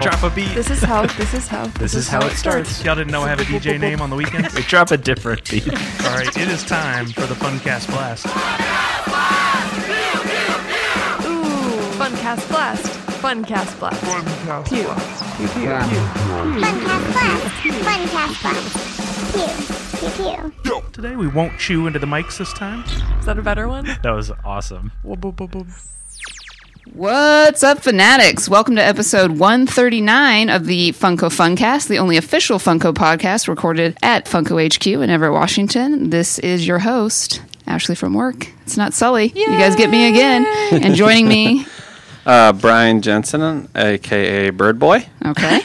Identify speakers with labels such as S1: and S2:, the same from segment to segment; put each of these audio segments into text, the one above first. S1: drop a beat.
S2: This is how. This is how. This,
S3: is how it starts.
S1: Y'all didn't know I have a DJ name on the weekends?
S3: We drop a different beat.
S1: All right, it is time for the Funcast Blast.
S2: Ooh, Funcast blast. Funcast blast. Funcast pew. blast. Pew, pew,
S4: Funcast Blast. Funcast Blast. Pew. Pew pew.
S1: Today we won't chew into the mics this time.
S2: pew. Is that a better one?
S3: That was awesome.
S2: Whoa, whoa, whoa, whoa.
S5: What's up, fanatics? Welcome to episode 139 of the Funko Funcast, the only official Funko podcast recorded at Funko HQ in Everett, Washington. This is your host, Ashley from work. It's not Sully. You guys get me again. And joining me,
S3: Uh, Brian Jensen, aka Bird Boy.
S5: okay,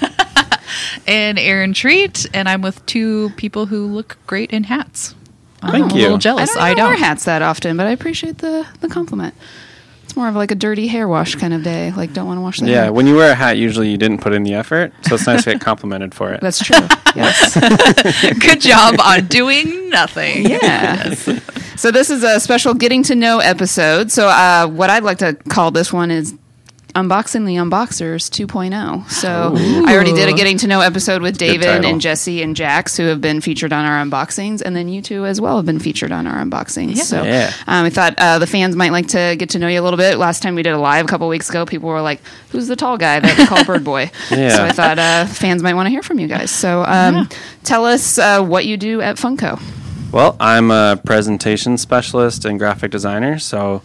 S6: and Aaron Treat, and I'm with two people who look great in hats. Oh, I'm
S3: Thank
S6: a
S3: you.
S6: little jealous.
S5: I don't wear hats that often, but I appreciate the the compliment. It's more of like a dirty hair wash kind of day. Like, don't want to wash that.
S3: Yeah, when you wear a hat, usually you didn't put in the effort, so it's nice to get complimented for it.
S5: that's true. Yes.
S6: Good job on doing nothing.
S5: Yeah. so this is a special getting to know episode. So uh, what I'd like to call this one is unboxing the unboxers 2.0 so i already did a getting to know episode with
S3: good
S5: david
S3: title.
S5: and jesse and jax who have been featured on our unboxings and then you two as well have been featured on our unboxings so
S3: Yeah.
S5: um, i thought uh, the fans might like to get to know you a little bit last time we did a live a couple weeks ago people were like who's the tall guy that they call bird boy
S3: Yeah.
S5: so i thought uh, fans might want to hear from you guys so um, tell us uh, what you do at funko
S3: Well, I'm a presentation specialist and graphic designer, so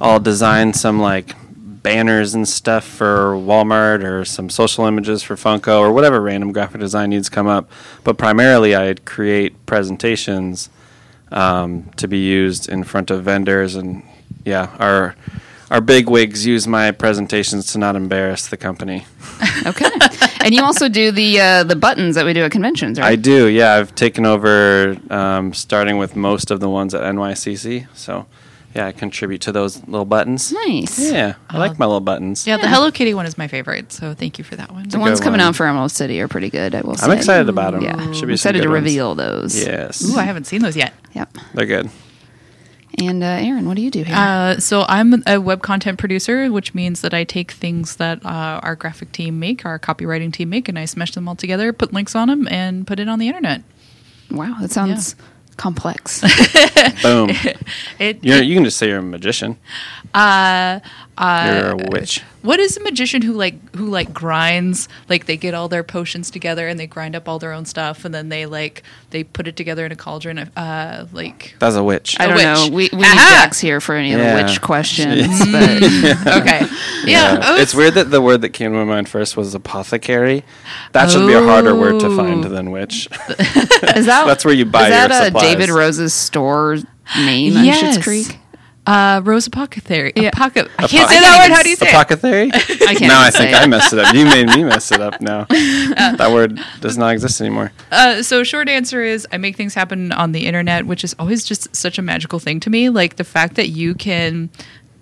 S3: I'll design some like banners and stuff for Walmart or some social images for Funko or whatever random graphic design needs come up. But primarily, I create presentations um, to be used in front of vendors, and yeah, our our big wigs use my presentations to not embarrass the company.
S5: Okay. and you also do the uh, the buttons that we do at conventions,
S3: I
S5: right?
S3: do, yeah. I've taken over, um, starting with most of the ones at NYCC. So, yeah, I contribute to those little buttons.
S5: nice.
S3: Yeah, I like my little buttons.
S6: Yeah, the Hello Kitty one is my favorite, so thank you for that one.
S5: The ones
S3: good
S5: coming
S3: one.
S5: out for Emerald City are pretty good. I will say.
S3: I'm excited about them.
S5: Yeah.
S3: Should be some
S5: excited
S3: good
S5: to
S3: ones.
S5: reveal those.
S3: Yes,
S6: Ooh, I haven't seen those yet.
S5: Yep.
S3: they're good.
S5: And uh, Aaron, what do you do here?
S6: Uh, so I'm a web content producer, which means that I take things that uh, our graphic team make, our copywriting team make, and I smash them all together, put links on them, and put it on the internet.
S5: wow, that sounds complex.
S3: Boom.
S6: It,
S3: You're, you can just say you're a magician.
S6: uh,
S3: you're a witch.
S6: What is a magician who like who like grinds like they get all their potions together and they grind up all their own stuff and then they like they put it together in a cauldron uh like
S3: That's a witch.
S5: I don't
S6: witch.
S5: know. We, we need
S6: Aha!
S5: Jax here for any of
S3: Yeah.
S5: the witch questions. but
S6: okay yeah,
S3: Yeah.
S6: oh,
S3: it's weird that the word that came to my mind first was apothecary. That should be a harder word to find than witch.
S5: is that
S3: That's where you buy
S5: is that
S3: your
S5: uh,
S3: supplies.
S5: David Rose's store name on Schitt's Creek?
S6: uh rose apothecary Apoca- I can't say that
S5: Apothecary.
S6: word how do you say it
S3: apothecary?
S5: I can't
S3: now I
S5: say
S3: think
S5: it.
S3: I messed it up. You made me mess it up now. that word does not exist anymore.
S6: uh, so short answer is I make things happen on the internet which is always just such a magical thing to me like the fact that you can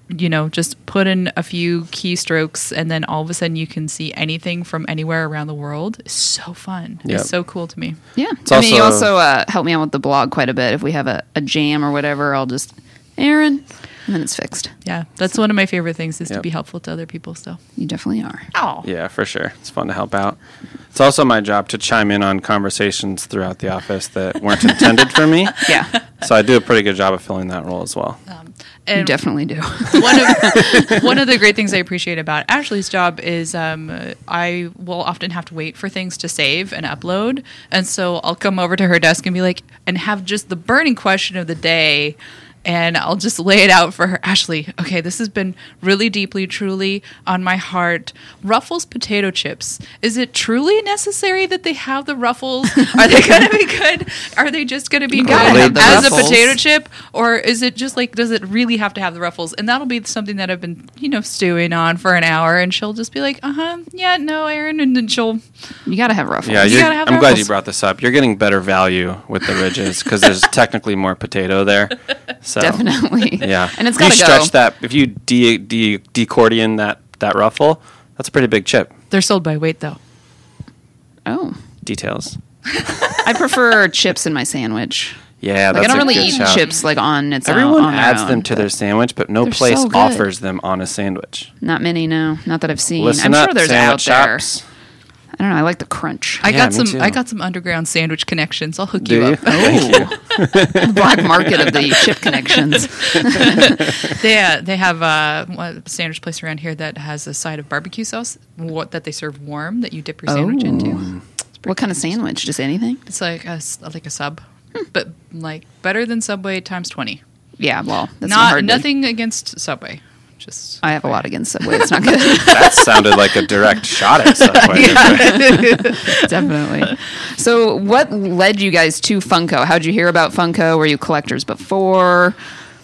S6: you know just put in a few keystrokes and then all of a sudden you can see anything from anywhere around the world is so fun
S3: Yep.
S6: it's so cool to me
S5: Yeah.
S3: It's
S5: I mean, you
S3: also-
S5: also uh, help me out with the blog quite a bit. If we have a, a jam or whatever, I'll just, Aaron, and then it's fixed.
S6: Yeah, that's one of my favorite things is
S3: Yep.
S6: to be helpful to other people. So,
S5: You definitely are.
S6: oh,
S3: Yeah, for sure. It's fun to help out. It's also my job to chime in on conversations throughout the office that weren't intended for me.
S5: Yeah,
S3: So I do a pretty good job of filling that role as well.
S5: Oh. you
S6: and
S5: definitely do.
S6: one of one of the great things I appreciate about Ashley's job is um, uh, I will often have to wait for things to save and upload, and so I'll come over to her desk and be like, and have just the burning question of the day. And I'll just lay it out for her. Ashley, okay, this has been really deeply, truly on my heart. Ruffles potato chips. Is it truly necessary that they have the ruffles? Are they going to be good? Are they just going to be
S5: gotta
S6: good
S3: have the
S6: as
S5: Ruffles.
S6: a potato chip or is it just like does it really have to have the ruffles and that'll be something that i've been you know stewing on for an hour and she'll just be like uh-huh yeah no aaron and then she'll
S5: You got to have ruffles.
S3: Yeah,
S6: You
S3: you're,
S6: gotta have
S3: I'm glad you
S6: apples.
S3: brought this up. You're getting better value with the ridges because there's technically more potato there. So
S5: definitely.
S3: Yeah,
S5: and it's
S3: If
S5: got
S3: you
S5: to go.
S3: stretch that. If you de de decordion that that ruffle, that's a pretty big chip.
S6: they're sold by weight though
S5: Oh,
S3: Details.
S5: I prefer chips in my sandwich.
S3: Yeah,
S5: Like
S3: that's
S5: I don't
S3: a
S5: really
S3: good
S5: eat
S3: shout.
S5: chips like on its own.
S3: Everyone
S5: on their
S3: adds
S5: own,
S3: them to
S5: but
S3: their sandwich, but no
S5: They're
S3: place
S5: so good.
S3: offers them on a sandwich.
S5: Not many, no, not that I've seen.
S3: Listen
S5: I'm
S3: up,
S5: sure there's
S3: sandwich
S5: out there.
S3: shops.
S5: I don't know. I like the crunch.
S6: I
S3: Yeah,
S6: got
S3: me
S6: some.
S3: too.
S6: I got some underground sandwich connections. I'll hook
S3: Do
S6: you
S3: you?
S6: up.
S3: Thank you.
S5: the black market of the chip connections.
S6: they uh, they have uh, one- a sandwich place around here that has a side of barbecue sauce what, that they serve warm that you dip your sandwich
S5: Oh.
S6: into.
S5: What kind of sandwich? Just anything?
S6: It's like a s- like a sub,
S5: Hmm.
S6: but like better than Subway times twenty.
S5: Yeah. Well, that's not,
S6: Not
S5: hard to-
S6: nothing against Subway. Just
S5: I have a lot against Subway. It's not good.
S3: that sounded like a direct shot at Subway.
S5: Definitely. So, what led you guys to Funko? How'd you hear about Funko? Were you collectors before?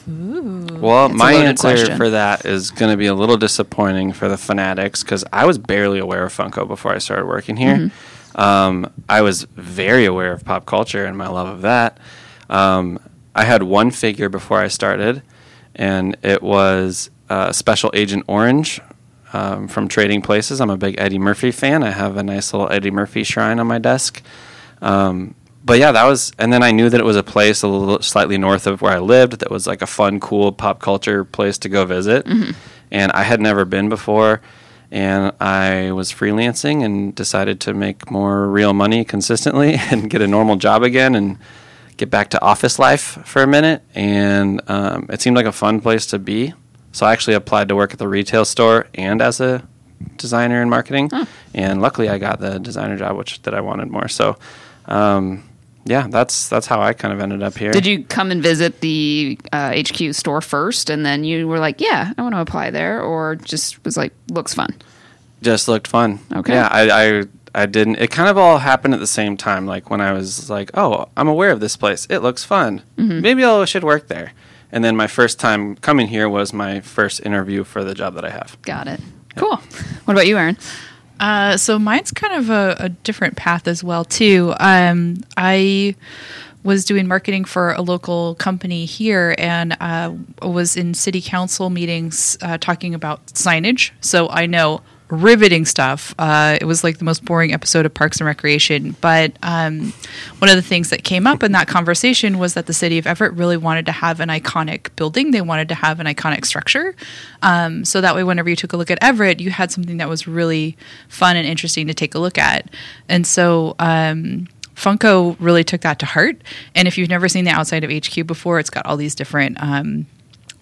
S3: Well,
S5: Mm, It's a
S3: my
S5: loaded
S3: answer
S5: question.
S3: for that is going to be a little disappointing for the fanatics because I was barely aware of Funko before I started working here.
S5: Mm-hmm.
S3: Um, I was very aware of pop culture and my love of that. Um, I had one figure before I started, and it was uh, Special Agent Orange um, from Trading Places. I'm a big Eddie Murphy fan. I have a nice little Eddie Murphy shrine on my desk. Um, but yeah, that was, and then I knew that it was a place a little slightly north of where I lived that was like a fun, cool pop culture place to go visit. And I had never been before. And I was freelancing and decided to make more real money consistently and get a normal job again and get back to office life for a minute. And um, it seemed like a fun place to be. So I actually applied to work at the retail store and as a designer and marketing. And luckily, I got the designer job, which that I wanted more. So, um, yeah, that's that's how I kind of ended up here.
S5: Did you come and visit the uh, HQ store first, and then you were like, "Yeah, I want to apply there," or just was like, "Looks fun."
S3: just looked fun.
S5: Okay.
S3: Yeah, I, I I didn't. It kind of all happened at the same time. Like when I was like, oh, I'm aware of this place. It looks fun.
S5: Mm-hmm.
S3: Maybe I should work there. And then my first time coming here was my first interview for the job that I have.
S5: Got it. Cool. What about you, Aaron?
S6: Uh, so mine's kind of a, a different path as well too. Um, I was doing marketing for a local company here and uh, was in city council meetings uh, talking about signage. So I know riveting stuff. Uh, it was like the most boring episode of Parks and Recreation. But um, one of the things that came up in that conversation was that the city of Everett really wanted to have an iconic building. They wanted to have an iconic structure. Um, so that way, whenever you took a look at Everett, you had something that was really fun and interesting to take a look at. And so, um, Funko really took that to heart. And if you've never seen the outside of HQ before, it's got all these different um,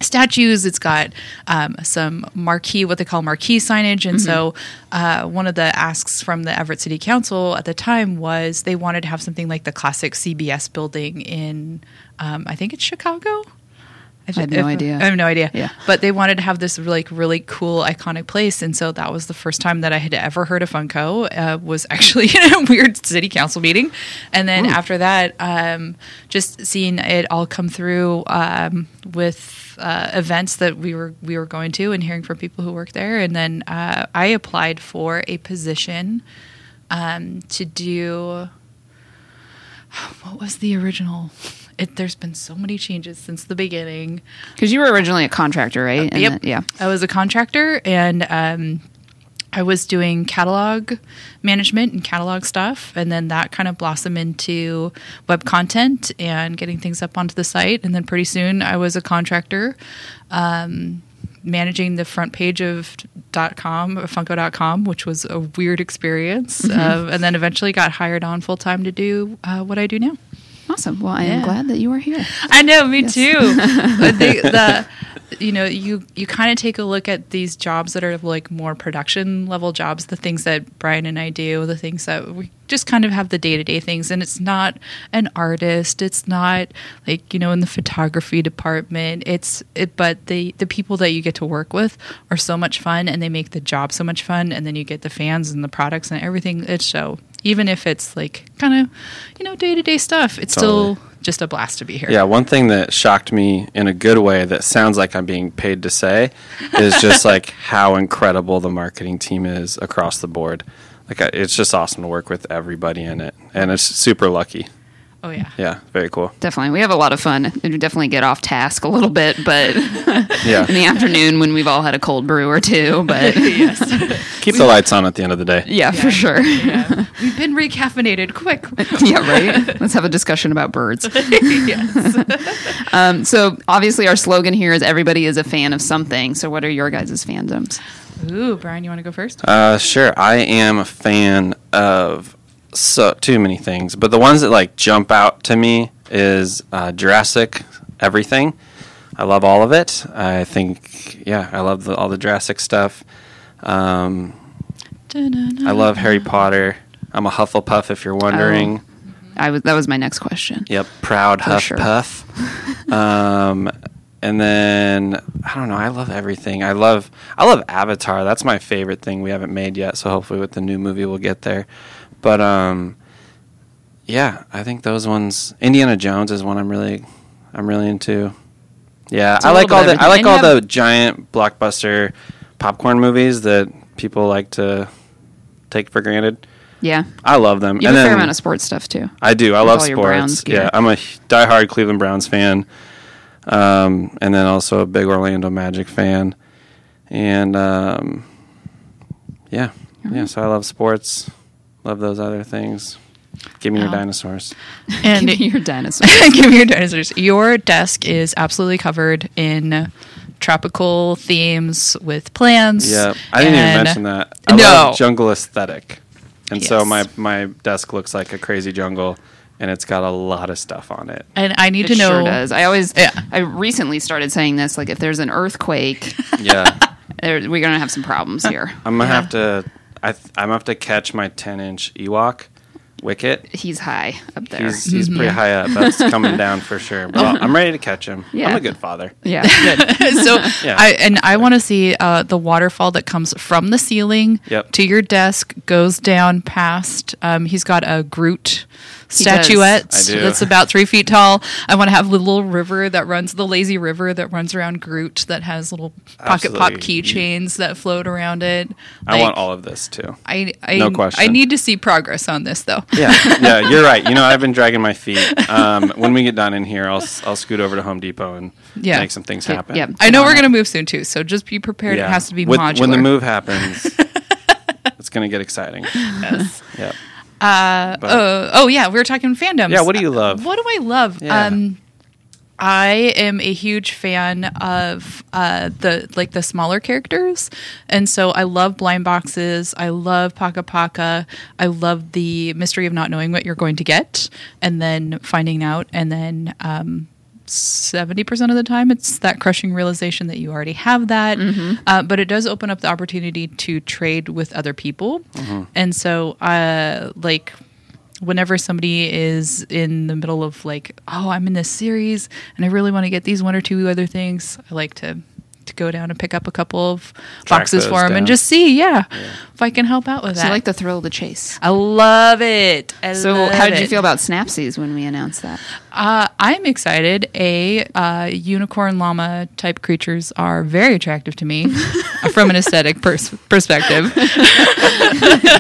S6: statues. It's got um, some marquee, what they call marquee signage. And so, uh, one of the asks from the Everett City Council at the time was they wanted to have something like the classic CBS building in, um, I think it's Chicago.
S5: I have no idea.
S6: I have no idea.
S5: Yeah.
S6: But they wanted to have this like really cool, iconic place, and so that was the first time that I had ever heard of Funko. Uh, was actually in a weird city council meeting, and then after that, um, just seeing it all come through um, with uh, events that we were we were going to, and hearing from people who work there, and then uh, I applied for a position um, to do what was the original. It, there's been so many changes since the beginning.
S5: Because you were originally a contractor, right? And
S6: Yep.
S5: then- yeah.
S6: I was a contractor and um, I was doing catalog management and catalog stuff. And then that kind of blossomed into web content and getting things up onto the site. And then pretty soon I was a contractor um, managing the front page of .com, or funko.com, which was a weird experience.
S5: Mm-hmm.
S6: Uh, and then eventually got hired on full time to do uh, what I do now.
S5: Awesome. Well, I am
S6: Yeah.
S5: glad that you are here.
S6: I know, me too. But the, the, you know, you you kind of take a look at these jobs that are like more production level jobs, the things that Brian and I do, the things that we just kind of have the day to day things, and it's not an artist, it's not like you know in the photography department. It's it, but the the people that you get to work with are so much fun, and they make the job so much fun, and then you get the fans and the products and everything. It's so. Even if it's like kind of, you know, day to day stuff, it's
S3: Totally.
S6: still just a blast to be here.
S3: Yeah, one thing that shocked me in a good way that sounds like I'm being paid to say is just like how incredible the marketing team is across the board. Like I- it's just awesome to work with everybody in it, and it's super lucky.
S6: Oh yeah.
S3: Yeah, very cool.
S5: Definitely. We have a lot of fun. We definitely get off task a little bit, but in
S3: Yeah,
S5: the afternoon when we've all had a cold brew or two, but
S3: keep the lights on at the end of the day.
S5: yeah, for sure.
S6: We've been recaffeinated. Quick.
S5: yeah, right. Let's have a discussion about birds. um, so obviously, our slogan here is everybody is a fan of something. So, what are your guys' fandoms?
S6: Ooh, Brian, you want to go first?
S3: Uh, sure. I am a fan of so too many things, but the ones that like jump out to me is uh, Jurassic everything. I love all of it. I think yeah, I love the, all the Jurassic stuff. Um, I love Harry Potter. I'm a Hufflepuff if you're wondering.
S5: I was that was my next question.
S3: Yep, proud
S5: For
S3: Huff
S5: sure.
S3: Puff. um, and then I don't know. I love everything. I love I love Avatar. That's my favorite thing we haven't made yet. So hopefully with the new movie we'll get there. But um, yeah, I think those ones. Indiana Jones is one I'm really I'm really into. Yeah,
S5: a
S3: I like
S5: little
S3: all
S5: bit
S3: the I
S5: everything.
S3: like
S5: And
S3: all
S5: you
S3: the giant blockbuster popcorn movies that people like to take for granted.
S5: Yeah,
S3: I love them.
S5: you have
S3: and
S5: a fair
S3: then,
S5: amount of sports stuff too.
S3: I do. I
S5: With
S3: love
S5: all your
S3: sports.
S5: Browns gear.
S3: yeah, I'm a h- diehard Cleveland Browns fan, um, and then also a big Orlando Magic fan, and um, yeah, yeah. So I love sports. Love those other things. Give me your dinosaurs.
S6: And
S5: Give me your dinosaur.
S6: give me your dinosaurs. Your desk is absolutely covered in tropical themes with plants.
S3: Yeah, I didn't even
S6: and-
S3: mention that. I
S6: No.
S3: love jungle aesthetic, and so
S6: Yes.
S3: my my desk looks like a crazy jungle, and it's got a lot of stuff on it.
S6: And I need
S5: It
S6: to know.
S5: sure does. I always.
S6: Yeah.
S5: I recently started saying this. Like, if there's an earthquake,
S3: Yeah.
S5: there, we're gonna have some problems here.
S3: I'm gonna have to. I th- I'm gonna have to catch my 10 inch Ewok, Wicket.
S5: He's high up there. Mm-hmm. Oh.
S3: He's he's pretty high up. That's coming down for sure. But I'll- I'm ready to catch him.
S5: Yeah.
S3: I'm a good father.
S5: yeah, good.
S6: so
S3: Yeah.
S6: I and I want to see uh, the waterfall that comes from the ceiling
S3: Yep.
S6: to your desk, goes down past. Um, he's got a Groot
S5: does.
S6: statuette
S3: I do.
S6: that's about three feet tall. I want to have the little river that runs, the lazy river that runs around Groot that has little pocket pop
S3: Absolutely.
S6: keychains that float around it.
S3: I want
S6: Like,
S3: all of this too.
S6: I, I
S3: No
S6: I
S3: question.
S6: need to see progress on this though.
S3: Yeah, yeah, you're right. You know, I've been dragging my feet. Um, when we get done in here, I'll s- I'll scoot over to Home Depot and
S6: Yeah.
S3: make some things
S5: Yeah,
S3: happen.
S5: yeah.
S6: I know we're gonna move soon too, so just be prepared. It has to be
S3: With-
S6: modular.
S3: When the move happens, it's gonna get exciting.
S6: Yes.
S3: Yeah.
S6: Uh,
S3: But-
S6: oh, oh yeah, we were talking fandoms.
S3: Yeah, what do you love?
S6: What do I love?
S3: Yeah.
S6: Um, I am a huge fan of uh, the like the smaller characters, and so I love blind boxes. I love Paka Paka. I love the mystery of not knowing what you're going to get, and then finding out, and then um, seventy percent of the time, it's that crushing realization that you already have that.
S5: Mm-hmm.
S6: Uh, but it does open up the opportunity to trade with other people,
S5: Mm-hmm.
S6: and so uh, like whenever somebody is in the middle of like, oh, I'm in this series and I really want to get these one or two other things, I like to to go down and pick up a couple of
S3: Track
S6: boxes for
S3: those
S6: them
S3: down.
S6: and just see, yeah, if I can help out with
S5: So
S6: that.
S5: I like the thrill of the chase.
S6: I love it. I
S5: So,
S6: love
S5: how did you
S6: it.
S5: feel about Snapsies when we announced that?
S6: Uh, I'm excited. A uh, unicorn llama type creatures are very attractive to me from an aesthetic pers- perspective.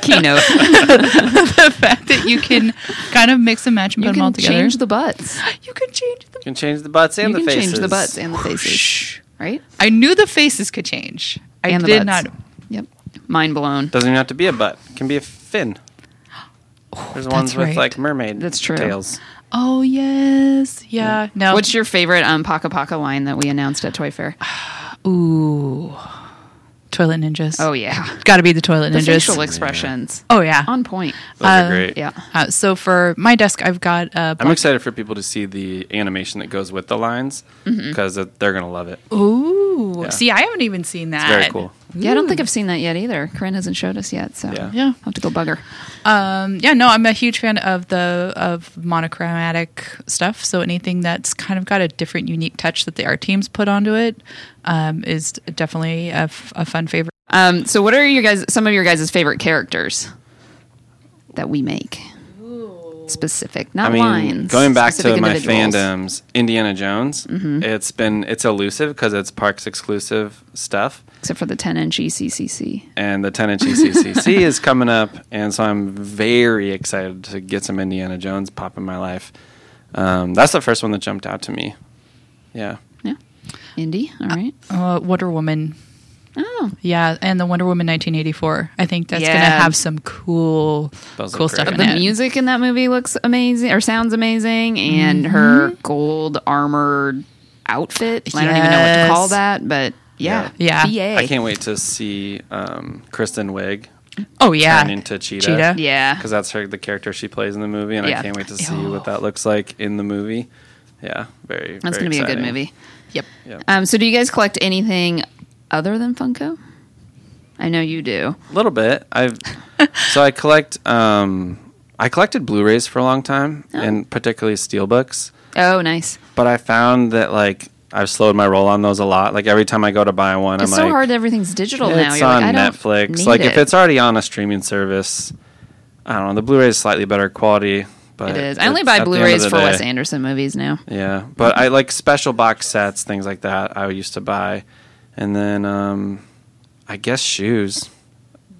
S5: Keynote.
S6: the fact that you can kind of mix and match and
S5: you
S6: put them all
S5: can
S6: together.
S5: change the butts.
S6: you can change the
S3: You can change the butts and
S5: you
S3: the
S5: can
S3: faces.
S5: change the butts and the faces,
S6: Shh.
S5: right?
S6: I knew the faces could change. I
S5: and the
S6: did
S5: butts.
S6: not.
S5: Yep. Mind blown.
S3: Doesn't even have to be a butt. It can be a fin. There's ones with
S6: right.
S3: like mermaid
S5: Oh, That's true.
S3: tails.
S6: Oh yes, yeah. No.
S5: What's your favorite um, Paka Paka line that we announced at Toy Fair?
S6: ooh? Toilet ninjas.
S5: Oh, yeah.
S6: got to be the toilet
S5: The
S6: ninjas.
S5: facial expressions.
S6: oh yeah.
S5: On point.
S3: Those
S6: Uh,
S3: are great.
S5: Yeah.
S6: Uh, so for my desk, I've got uh,
S3: I'm excited for people to see the animation that goes with the lines
S5: Mm-hmm.
S3: because they're gonna love it.
S6: Ooh.
S3: Yeah.
S6: See, I haven't even seen that.
S3: very cool.
S5: Yeah, I don't think I've seen that yet either. Corinne hasn't showed us yet, so Oh,
S3: Yeah.
S6: Yeah.
S5: I'll have to go bug her.
S6: Um, yeah, no, I'm a huge fan of the of monochromatic stuff. So anything that's kind of got a different, unique touch that the art teams put onto it um, is definitely a, f- a fun favorite.
S5: Um, so, what are your guys? Some of your guys' favorite characters that we make? Specific, not
S3: I mean,
S5: lines.
S3: going back to
S5: specific
S3: my
S5: individuals. Mm-hmm.
S3: fandoms, Indiana Jones. It's been it's elusive because it's parks exclusive stuff,
S5: except for the 10 inch ECCC.
S3: and the 10 inch ECCC is coming up, and so I'm very excited to get some Indiana Jones pop in my life. Um, that's the first one that jumped out to me. Yeah,
S5: Yeah, Indy. All right.
S6: Uh, Wonder Woman.
S5: Oh,
S6: Yeah, and the Wonder Woman 1984. I think that's going to
S5: Yeah.
S6: have some cool,
S3: Those
S6: cool
S3: look
S6: stuff
S3: great.
S6: in
S5: the
S6: it.
S5: music in that movie looks amazing or sounds amazing, Mm-hmm. and her gold armored outfit. I don't even know what to
S6: Yes.
S5: call that, but Yeah.
S6: Yeah.
S5: BA.
S3: I can't wait to see um, Kristen Wiig
S6: Oh yeah.
S3: turn into Cheetah.
S6: Cheetah.
S5: Yeah.
S3: Because that's her the character she plays in the movie, and
S5: Yeah.
S3: I can't wait to see what that looks like in the movie. Yeah, very.
S5: That's
S3: very
S5: going to be a good
S3: exciting.
S5: movie.
S6: Yep.
S3: Yep.
S5: Um, so, do you guys collect anything other than Funko? I know you do.
S3: A little bit. I've so I collect. Um, I collected Blu-rays for a long time, and particularly steelbooks.
S5: Oh, nice.
S3: But I found that like I've slowed my roll on those a lot. Like every time I go to buy one,
S5: It's
S3: I'm
S5: so
S3: like,
S5: hard that everything's digital now.
S3: It's
S5: You're
S3: on
S5: like, I don't
S3: Netflix.
S5: need
S3: Like
S5: it.
S3: if it's already on a streaming service, I don't know. The Blu-ray is slightly better quality, but
S5: It is. I only
S3: it's-
S5: buy
S3: at the end of
S5: Blu-rays
S3: the
S5: for
S3: day-
S5: Wes Anderson movies now.
S3: Yeah, but I like special box sets, things like that. I used to buy, and then um, I guess shoes.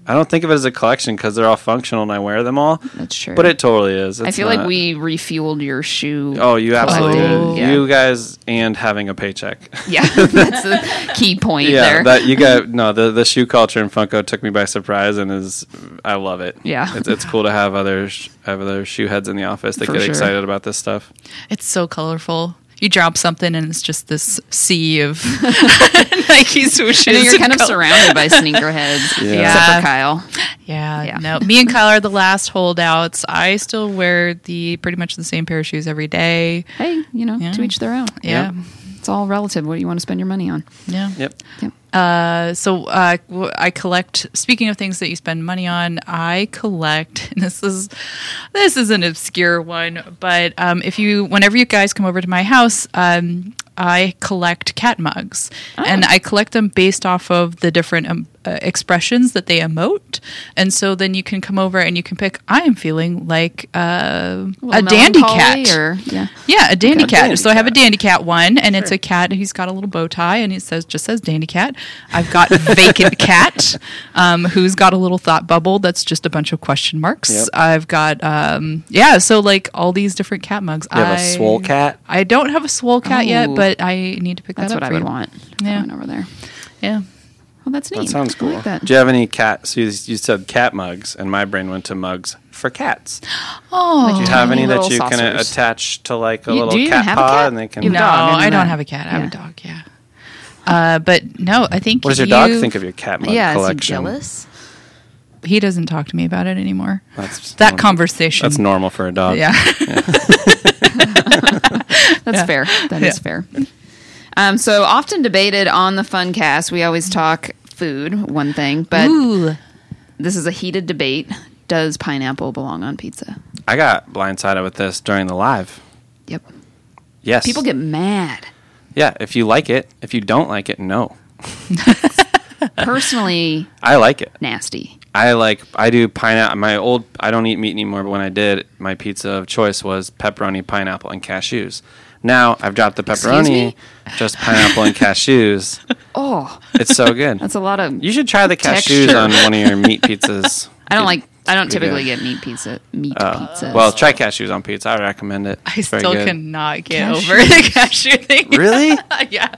S3: I don't think of it as a collection because they're all functional and I wear them all.
S5: That's true.
S3: But it totally is.
S5: I
S3: It's
S5: feel like
S3: not-
S5: we refueled your shoe.
S3: Oh, you absolutely
S5: collecting,
S3: did.
S5: yeah.
S3: You guys and having a paycheck.
S5: Yeah, that's the key point
S3: yeah,
S5: there.
S3: that you got. No, the the shoe culture in Funko took me by surprise and is I love it.
S5: Yeah.
S3: it's, it's cool to have other sh- have other shoe heads in the office that
S5: For
S3: get
S5: sure.
S3: excited about this stuff.
S6: It's so colorful. You drop something and it's just this sea of Nike swooshes.
S5: and then you're
S6: and
S5: kind of
S6: col-
S5: surrounded by sneakerheads, except
S6: Yeah.
S5: for Kyle.
S6: Yeah,
S5: Yeah.
S6: No, me and Kyle are the last holdouts. I still wear the pretty much the same pair of shoes every day.
S5: Hey, you know,
S6: Yeah.
S5: to each their own.
S6: Yeah.
S5: It's all relative. What do you want to spend your money on?
S6: Yeah.
S3: Yep.
S6: Uh, so uh, w- I collect. Speaking of things that you spend money on, I collect. And this is this is an obscure one, but um, if you, whenever you guys come over to my house, um, I collect cat mugs, and I collect them based off of the different um, uh, expressions that they emote. And so then you can come over and you can pick. I am feeling like uh, a
S5: little
S6: dandy
S5: melancholy
S6: cat.
S5: Or, yeah.
S6: Yeah, a dandy cat.
S3: dandy
S6: so I have a
S3: cat.
S6: dandy cat one, and it's a cat who's got a little bow tie, and it says just says dandy cat. I've got vacant cat, um, who's got a little thought bubble that's just a bunch of question marks.
S3: Yep.
S6: I've got um, yeah, so like all these different cat mugs.
S3: You have
S6: I
S3: a swole Oh. cat.
S6: I don't have a swole cat yet,
S5: Ooh.
S6: but I need to pick
S5: That's what
S6: that up
S5: I
S6: for
S5: would
S6: you.
S5: want.
S6: Yeah.
S5: Going over there.
S6: Yeah.
S5: Well, that's neat.
S3: That sounds
S5: I
S3: cool.
S5: like that.
S3: Do you have any cat? So you, you said cat mugs, and my brain went to mugs for cats.
S6: Oh
S3: Do you have any that
S5: little
S3: you can uh,
S5: saucers.
S3: attach to like a
S5: You-
S3: little
S5: do you even
S3: cat
S5: have a
S3: paw,
S5: cat?
S3: and they can?
S5: You
S6: no,
S5: dog, never
S6: I don't
S5: mind.
S6: have a cat. I have
S5: Yeah.
S6: a dog. Yeah. Uh, but no, I think
S3: What does your
S6: you-
S3: dog think of your cat mug
S5: yeah, is he
S3: collection?
S5: jealous?
S6: He doesn't talk to me about it anymore.
S3: That's
S6: that
S3: normal.
S6: conversation.
S3: That's normal for a dog.
S6: Yeah.
S5: That's fair. That is fair. Um, so often debated on the Funcast, we always talk food, one thing, but
S6: Ooh.
S5: this is a heated debate. Does pineapple belong on pizza?
S3: I got blindsided with this during the live.
S5: Yep.
S3: Yes.
S5: People get mad.
S3: Yeah, if you like it, if you don't like it, no.
S5: Personally,
S3: I like it.
S5: nasty.
S3: I like I do pineapple. My old I don't eat meat anymore, but when I did, my pizza of choice was pepperoni, pineapple, and cashews. Now I've dropped the pepperoni,
S5: me?
S3: just pineapple and cashews.
S5: Oh,
S3: It's so good.
S5: that's a lot of.
S3: you should try the cashews
S5: Texture.
S3: on one of your meat pizzas.
S5: I don't like. I don't
S3: Pretty
S5: typically
S3: good.
S5: get meat pizza. Meat pizza.
S3: Well, try cashews on pizza. I recommend it.
S6: I
S3: It's very
S6: still
S3: good.
S6: cannot get over the cashew thing.
S3: Really?
S6: yeah.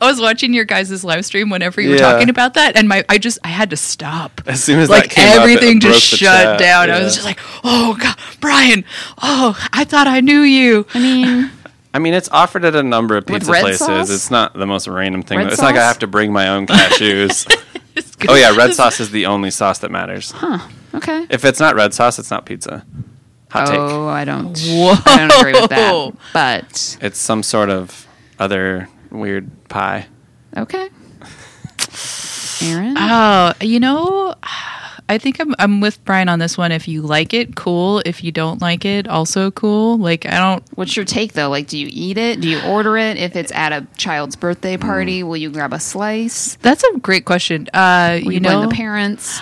S6: I was watching your guys' live stream whenever you were
S3: Yeah.
S6: talking about that, and my I just I had to stop.
S3: As soon as that
S6: Like
S3: came up, it
S6: everything
S3: broke
S6: just
S3: the
S6: shut
S3: chat.
S6: down. I
S3: Yeah.
S6: was just like, "Oh God, Brian! Oh, I thought I knew you."
S5: I mean,
S3: I mean, it's offered at a number of
S5: With
S3: pizza
S5: red
S3: places.
S5: sauce?
S3: It's not the most random thing.
S5: Red
S3: it's not like I
S5: sauce?
S3: have to bring my own cashews. oh yeah, red sauce is the only sauce that matters.
S5: okay.
S3: If it's not red sauce, it's not pizza. Hot
S5: Oh, I don't. I don't agree with that. But
S3: take. It's some sort of other weird pie.
S5: okay. Aaron,
S6: Oh, you know, I think I'm I'm with Brian on this one. If you like it, cool. If you don't like it, also cool. Like I don't
S5: what's your take though? Like, do you eat it? Do you order it? If it's at a child's birthday party, will you grab a slice?
S6: That's a great question. Uh,
S5: Will
S6: you
S5: blame
S6: know,
S5: the parents.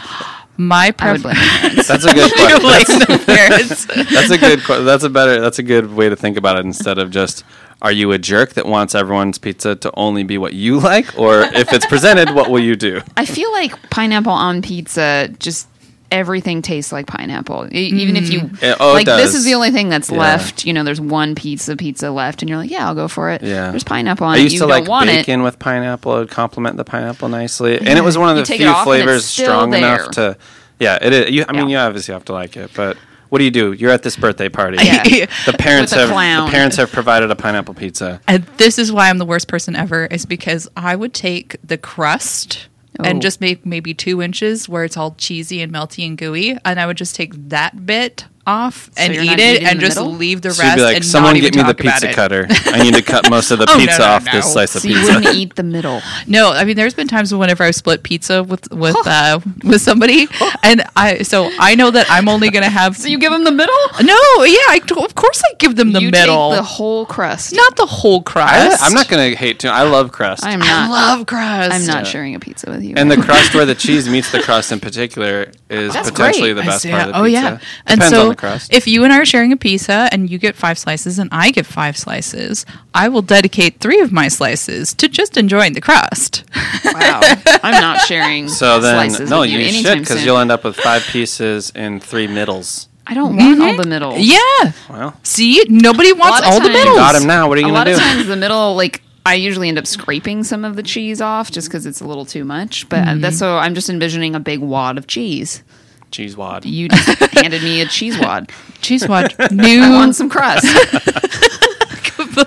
S6: my
S5: I would
S6: preference.
S5: blame the parents.
S3: That's a good. que-
S6: the parents.
S3: that's a good. que- That's a better. That's a good way to think about it instead of just. Are you a jerk that wants everyone's pizza to only be what you like, or if it's presented, what will you do?
S5: I feel like pineapple on pizza just everything tastes like pineapple. E- Even if you
S3: Yeah, oh, it
S5: like this
S3: does.
S5: is the only thing that's
S3: Yeah.
S5: left, you know, there's one pizza pizza left and you're like, yeah, I'll go for it.
S3: Yeah.
S5: There's pineapple on
S3: I
S5: it.
S3: used
S5: you
S3: to
S5: don't
S3: like
S5: want
S3: bacon
S5: it.
S3: with pineapple. It would complement the pineapple nicely, and it was one of
S5: You
S3: the
S5: take it
S3: few
S5: off and it's
S3: flavors
S5: still
S3: strong
S5: there.
S3: enough to. Yeah, it is. You, I mean,
S5: Yeah.
S3: you obviously have to like it, but What do you do? You're at this birthday party.
S6: Yeah.
S3: The parents
S5: With a
S3: have
S5: clown.
S3: the parents have provided a pineapple pizza.
S6: And this is why I'm the worst person ever, is because I would take the crust
S5: Oh.
S6: and just make maybe two inches where it's all cheesy and melty and gooey, and I would just take that bit off and
S5: you're
S6: eat
S5: not
S6: it
S5: eating
S6: and
S5: the
S6: just
S5: middle?
S6: leave the
S3: So you'd
S6: rest
S3: be like,
S6: and
S3: someone
S6: not
S3: get
S6: even
S3: me the
S6: talk about
S3: pizza
S6: it."
S3: cutter. I need to cut most of the
S6: Oh, no,
S3: pizza
S6: no,
S3: off
S6: no.
S3: this slice of
S5: So you
S3: pizza.
S5: wouldn't eat the middle.
S6: No, I mean, there's been times whenever I've split pizza with with uh, with somebody, and I so I know that I'm only gonna have.
S5: So you give them the middle?
S6: no, yeah, I, of course I give them the
S5: you
S6: middle,
S5: Take the whole crust.
S6: not the whole crust.
S3: I, am not going to hate too. I love crust.
S5: I'm
S6: I
S5: not.
S6: love crust.
S5: I'm not sharing a pizza with you.
S3: and the crust where the cheese meets the crust in particular is
S5: That's
S3: potentially
S5: great.
S3: the best
S6: I see
S3: part
S6: it.
S3: of the
S6: oh
S3: pizza.
S6: yeah, and
S3: Depends
S6: so
S3: on the crust.
S6: if you and I are sharing a pizza and you get five slices and I get five slices, I will dedicate three of my slices to just enjoying the crust.
S5: wow, I'm not sharing.
S3: so then,
S5: slices
S3: no,
S5: with
S3: you,
S5: you
S3: should
S5: anytime
S3: because
S5: soon.
S3: you'll end up with five pieces and three middles.
S5: I don't want all the middle.
S6: yeah,
S3: Well,
S6: see, nobody wants
S5: of
S6: all the
S5: times-
S6: middles.
S5: You
S3: got him now. What are you
S5: a
S3: going
S5: lot
S3: to
S5: of
S3: do?
S5: times the middle like i usually end up scraping some of the cheese off just because it's a little too much but uh,
S6: Mm-hmm.
S5: that's so i'm just envisioning a big wad of cheese
S3: Cheese wad.
S5: you just handed me a cheese wad
S6: Cheese wad,
S5: i
S6: new
S5: want some crust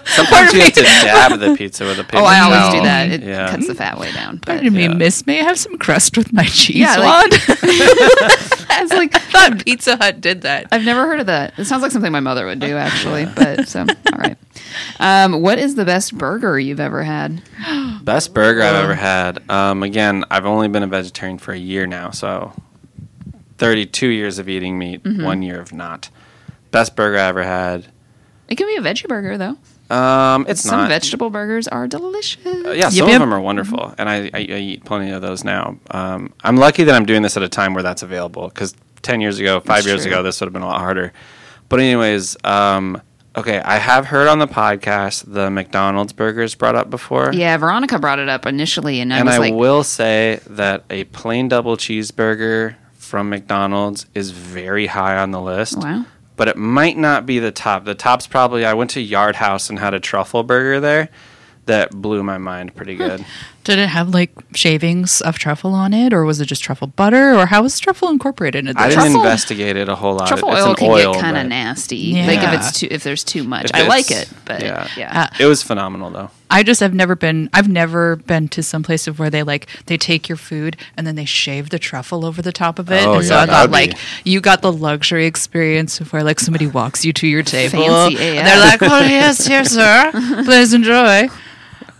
S3: Sometimes you have to dab the pizza with a paper
S5: oh i always do
S3: towel.
S5: that it
S3: Yeah.
S5: cuts the fat way down but
S6: Pardon me,
S3: Yeah.
S6: miss, may I have some crust with my cheese
S5: Yeah, like-
S6: wad?
S5: it's like
S6: thought Pizza Hut did that.
S5: i've never heard of that it sounds like something my mother would do actually but so all right um, what is the best burger you've ever had
S3: Best burger I've ever had. Um, again, I've only been a vegetarian for a year now, so 32 years of eating meat,
S5: Mm-hmm.
S3: one year of not. Best burger I ever had.
S5: it can be a veggie burger though
S3: Um, it's
S5: some
S3: not.
S5: vegetable burgers are delicious
S3: Uh, yeah, some
S6: Yep,
S3: of
S6: yep.
S3: them are
S5: Mm-hmm.
S3: wonderful, and I, I, I eat plenty of those now. Um, I'm lucky that I'm doing this at a time where that's available because 10 years ago, five
S5: That's
S3: years
S5: true.
S3: ago, this would have been a lot harder. But, anyways, um, okay, I have heard on the podcast the McDonald's burgers brought up before.
S5: Yeah, Veronica brought it up initially, and I
S3: and
S5: was
S3: I
S5: like,
S3: will say that a plain double cheeseburger from McDonald's is very high on the list.
S5: Wow.
S3: But it might not be the top. The top's probably I went to Yard House and had a truffle burger there that blew my mind pretty good.
S6: Did it have like shavings of truffle on it, or was it just truffle butter, or how was truffle incorporated into
S3: I
S6: this?
S3: didn't
S5: Truffle-
S3: investigate it a whole lot.
S5: truffle
S3: It's
S5: oil
S3: an
S5: can
S3: oil,
S5: get kind
S3: but
S5: of nasty. Like if
S6: Yeah.
S5: it's too, if there's too much,
S3: if
S5: I like
S3: it's-
S5: it, but yeah,
S3: It was phenomenal though.
S6: I just have never been. I've never been to some place of where they like they take your food and then they shave the truffle over the top of it.
S3: Oh,
S6: and so
S3: yeah,
S6: I
S3: that
S6: thought
S3: would be-
S6: like you got the luxury experience of where like somebody walks you to your table.
S5: Fancy AF.
S6: and they're like, "Oh yes, here, sir. Please enjoy."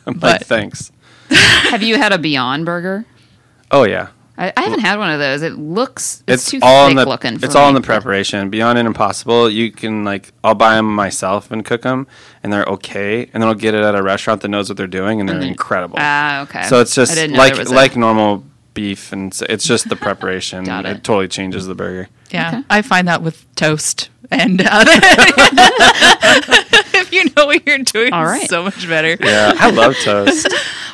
S3: I'm like,
S6: But-
S3: thanks.
S5: Have you had a Beyond Burger?
S3: Oh yeah.
S5: I, I haven't had one of those. It looks it's,
S3: It's
S5: too
S3: all in
S5: thick
S3: the
S5: looking. For
S3: it's all in
S5: me,
S3: the preparation. Beyond and impossible, you can like I'll buy them myself and cook them, and they're okay. And then I'll get it at a restaurant that knows what they're doing, and they're incredible.
S5: but- Ah, okay.
S3: So it's
S5: I
S3: just
S5: didn't know there
S3: like
S5: was a-
S3: like normal beef, and s- it's just the preparation.
S5: Got it.
S3: totally changes the burger.
S6: Yeah, I find that with toast and other. if you know what you're doing,
S5: All right.
S6: so much better.
S3: Yeah, I love toast.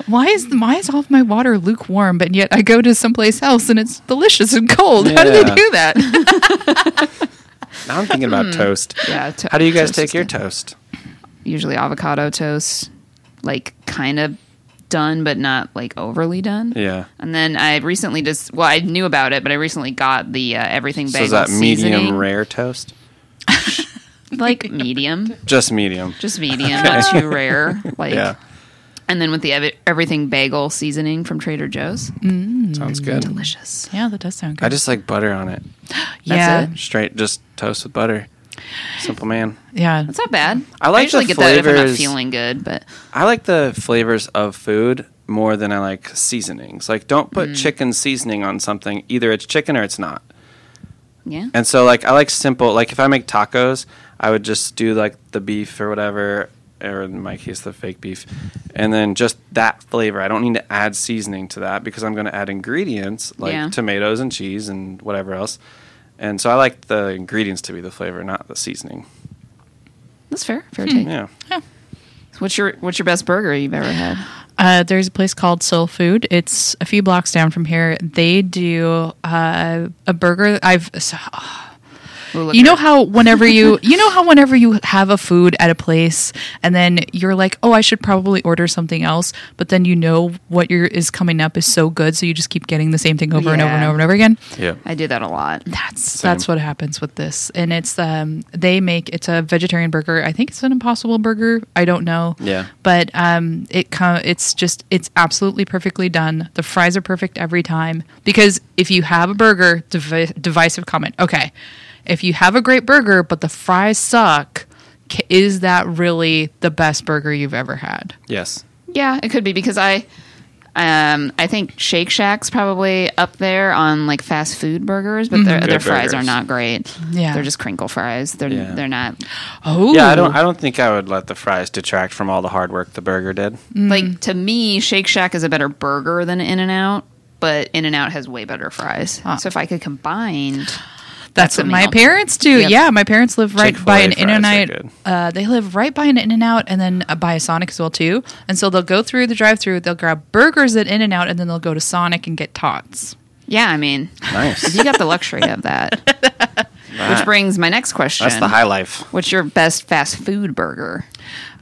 S6: Why is why is all of my water lukewarm, but yet I go to someplace else and it's delicious and cold? How do they
S3: Yeah.
S6: do that?
S3: Now I'm thinking about toast.
S5: Hmm. Yeah, to-
S3: How do you guys
S5: toast
S3: take
S5: is
S3: your
S5: good.
S3: toast?
S5: usually avocado toast, like kind of done, but not like overly done.
S3: Yeah.
S5: And then I recently just well, I knew about it, but I recently got the uh, everything
S3: So
S5: bagel
S3: is that medium
S5: seasoning,
S3: rare toast?
S5: like medium,
S3: Just medium.
S5: just medium, not too rare. Like
S3: Yeah,
S5: And then with the ev- everything bagel seasoning from Trader Joe's.
S3: sounds good.
S5: Mm, Delicious.
S6: Yeah, that does sound good.
S3: I just like butter on it.
S6: yeah,
S5: it.
S3: Straight, just toast with butter. Simple man.
S6: yeah.
S5: It's not bad.
S3: I like
S5: usually
S3: the
S5: get that if I'm not
S3: flavors.
S5: feeling good, but
S3: I like the flavors of food more than I like seasonings. Like, don't put
S5: Mm.
S3: chicken seasoning on something. Either it's chicken or it's not.
S5: yeah.
S3: And so, like, I like simple. Like, if I make tacos, I would just do like the beef or whatever, or in my case, the fake beef, and then just that flavor. I don't need to add seasoning to that because I'm going to add ingredients like
S5: Yeah.
S3: tomatoes and cheese and whatever else. And so, I like the ingredients to be the flavor, not the seasoning.
S5: That's fair. Fair take.
S3: Yeah.
S5: What's your what's your best burger you've ever had?
S6: Uh, there's a place called Soul Food. It's a few blocks down from here. They do uh, a burger. I've so-
S5: We'll look
S6: you know
S5: it up.
S6: how whenever you you know how whenever you have a food at a place and then you're like, "Oh, I should probably order something else," but then you know what your is coming up is so good, so you just keep getting the same thing over and over and
S5: Yeah.
S6: over and over again.
S3: Yeah.
S5: I do that a lot.
S6: That's that's what happens with this. And it's um they make it's a vegetarian burger. I think it's an impossible burger. I don't know.
S3: Yeah.
S6: But um it com- it's just it's absolutely perfectly done. The fries are perfect every time because if you have a burger devi- divisive comment. Okay. If you have a great burger but the fries suck, ca- is that really the best burger you've ever had?
S3: Yes.
S5: Yeah, it could be because I, um, I think Shake Shack's probably up there on like fast food burgers, but their, their
S3: Mm-hmm. Good
S5: fries are
S3: burgers.
S5: not great.
S6: Yeah.
S5: they're just crinkle fries. They're
S3: Yeah.
S5: they're not
S6: Oh.
S3: Yeah, I
S5: Hmm.
S3: don't. I don't think I would let the fries detract from all the hard work the burger did.
S6: Mm-hmm.
S5: like to me. Shake Shack is a better burger than In and Out, but In and Out has way better fries.
S6: Ah.
S5: So if I could combine,
S6: That's what
S5: something
S6: my
S5: else.
S6: parents do.
S5: Yep.
S6: Yeah, my parents live right
S3: Chick-fil-A
S6: by an
S3: fries
S6: In and
S3: are
S6: Out.
S3: good.
S6: Uh, they live right by an In and Out, and then uh, by a Sonic as well too. And so they'll go through the drive-through. They'll grab burgers at In and Out, and then they'll go to Sonic and get tots.
S5: yeah, I mean,
S3: Nice.
S5: you got the luxury of that. Which brings my next question.
S3: That's the high life.
S5: What's your best fast food burger?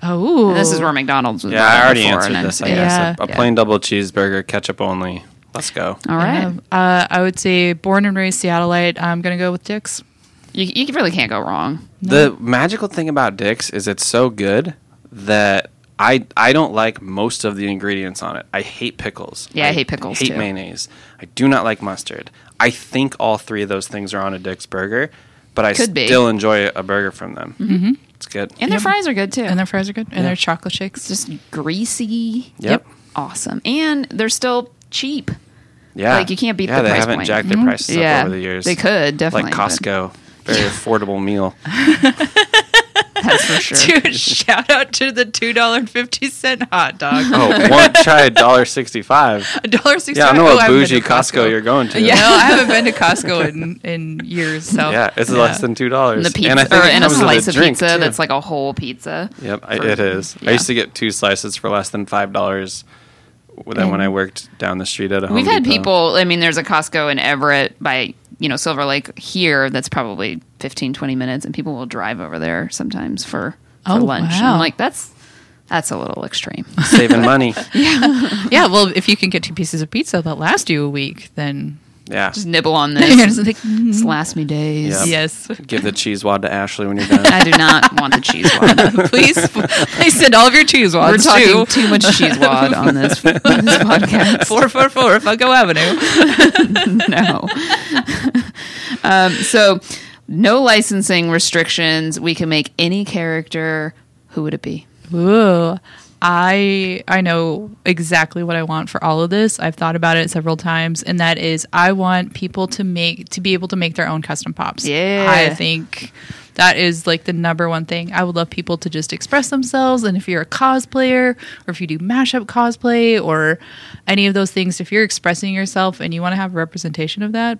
S6: Oh,
S5: This is where McDonald's was.
S3: Yeah,
S5: brought up
S3: I already
S5: before,
S3: answered
S5: and
S3: this. I
S5: yeah.
S3: guess
S6: Yeah.
S3: a, a plain double cheeseburger, ketchup only. Let's go.
S5: All right.
S6: Uh, I would say born and raised Seattleite. I'm gonna go with Dick's.
S5: You, you really can't go wrong.
S3: The magical thing about Dick's is it's so good that I I don't like most of the ingredients on it. I hate pickles.
S5: Yeah, I hate pickles,
S3: Hate
S5: too.
S3: mayonnaise. I do not like mustard. I think all three of those things are on a Dick's burger, but I
S5: Could be.
S3: still enjoy a burger from them. Mm-hmm. It's good.
S5: And their fries are good too.
S6: And their fries are good. And their chocolate shakes.
S5: just greasy.
S3: Yep.
S5: Awesome. And they're still cheap.
S3: Yeah,
S5: Like, you can't beat
S3: yeah,
S5: the
S3: they
S5: price
S3: haven't
S5: point. Mm-hmm.
S3: jacked their prices
S5: Yeah.
S3: up over the years.
S5: They could, definitely,
S3: like
S5: but-
S3: Costco, very affordable meal.
S5: That's for sure.
S6: Dude, shout out to the two dollar and fifty cent hot dog.
S3: Oh, one try dollar sixty five.
S6: A dollar sixty.
S3: Yeah, I
S5: oh,
S3: know what bougie Costco you're going to.
S6: Yeah, no, I haven't been to Costco in in years. So
S3: Yeah, it's less than two dollars.
S5: And the pizza, or and a slice of pizza that's like a whole pizza.
S3: Yep, I,
S5: for-
S3: it is.
S5: yeah.
S3: I used to get two slices for less than five dollars. Then when I worked down the street at a Home
S5: We've had
S3: Depot.
S5: people, I mean, there's a Costco in Everett by, you know, Silver Lake here that's probably 15, 20 minutes, and people will drive over there sometimes for, for
S6: Oh,
S5: lunch.
S6: wow.
S5: I'm like, that's that's a little extreme.
S3: saving money.
S6: Yeah, well, if you can get two pieces of pizza that last you a week, then
S3: Yeah,
S5: Just nibble on
S6: You're
S5: this.
S6: just like, mm,
S5: this lasts me days.
S3: Yeah.
S6: yes,
S3: give the cheese wad to Ashley when you're done.
S5: I do not want the cheese wad.
S6: please, please send all of your cheese
S5: We're
S6: wads
S5: talking
S6: to
S5: too much cheese wad on this, on this podcast.
S6: four four four Funko Avenue.
S5: no. um, so, no licensing restrictions. We can make any character. Who would it be?
S6: Ooh, I I know exactly what I want for all of this. I've thought about it several times, and that is I want people to make to be able to make their own custom pops.
S5: Yeah.
S6: I think. That is like the number one thing. I would love people to just express themselves. And if you're a cosplayer or if you do mashup cosplay or any of those things, if you're expressing yourself and you want to have representation of that,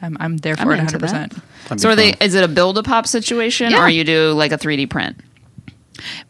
S6: I'm, I'm there for
S5: I'm
S6: it
S5: into
S6: 100%.
S5: that. so, are they? uh, Is it a build a pop situation,
S6: Yeah.
S5: or you do like a three D print?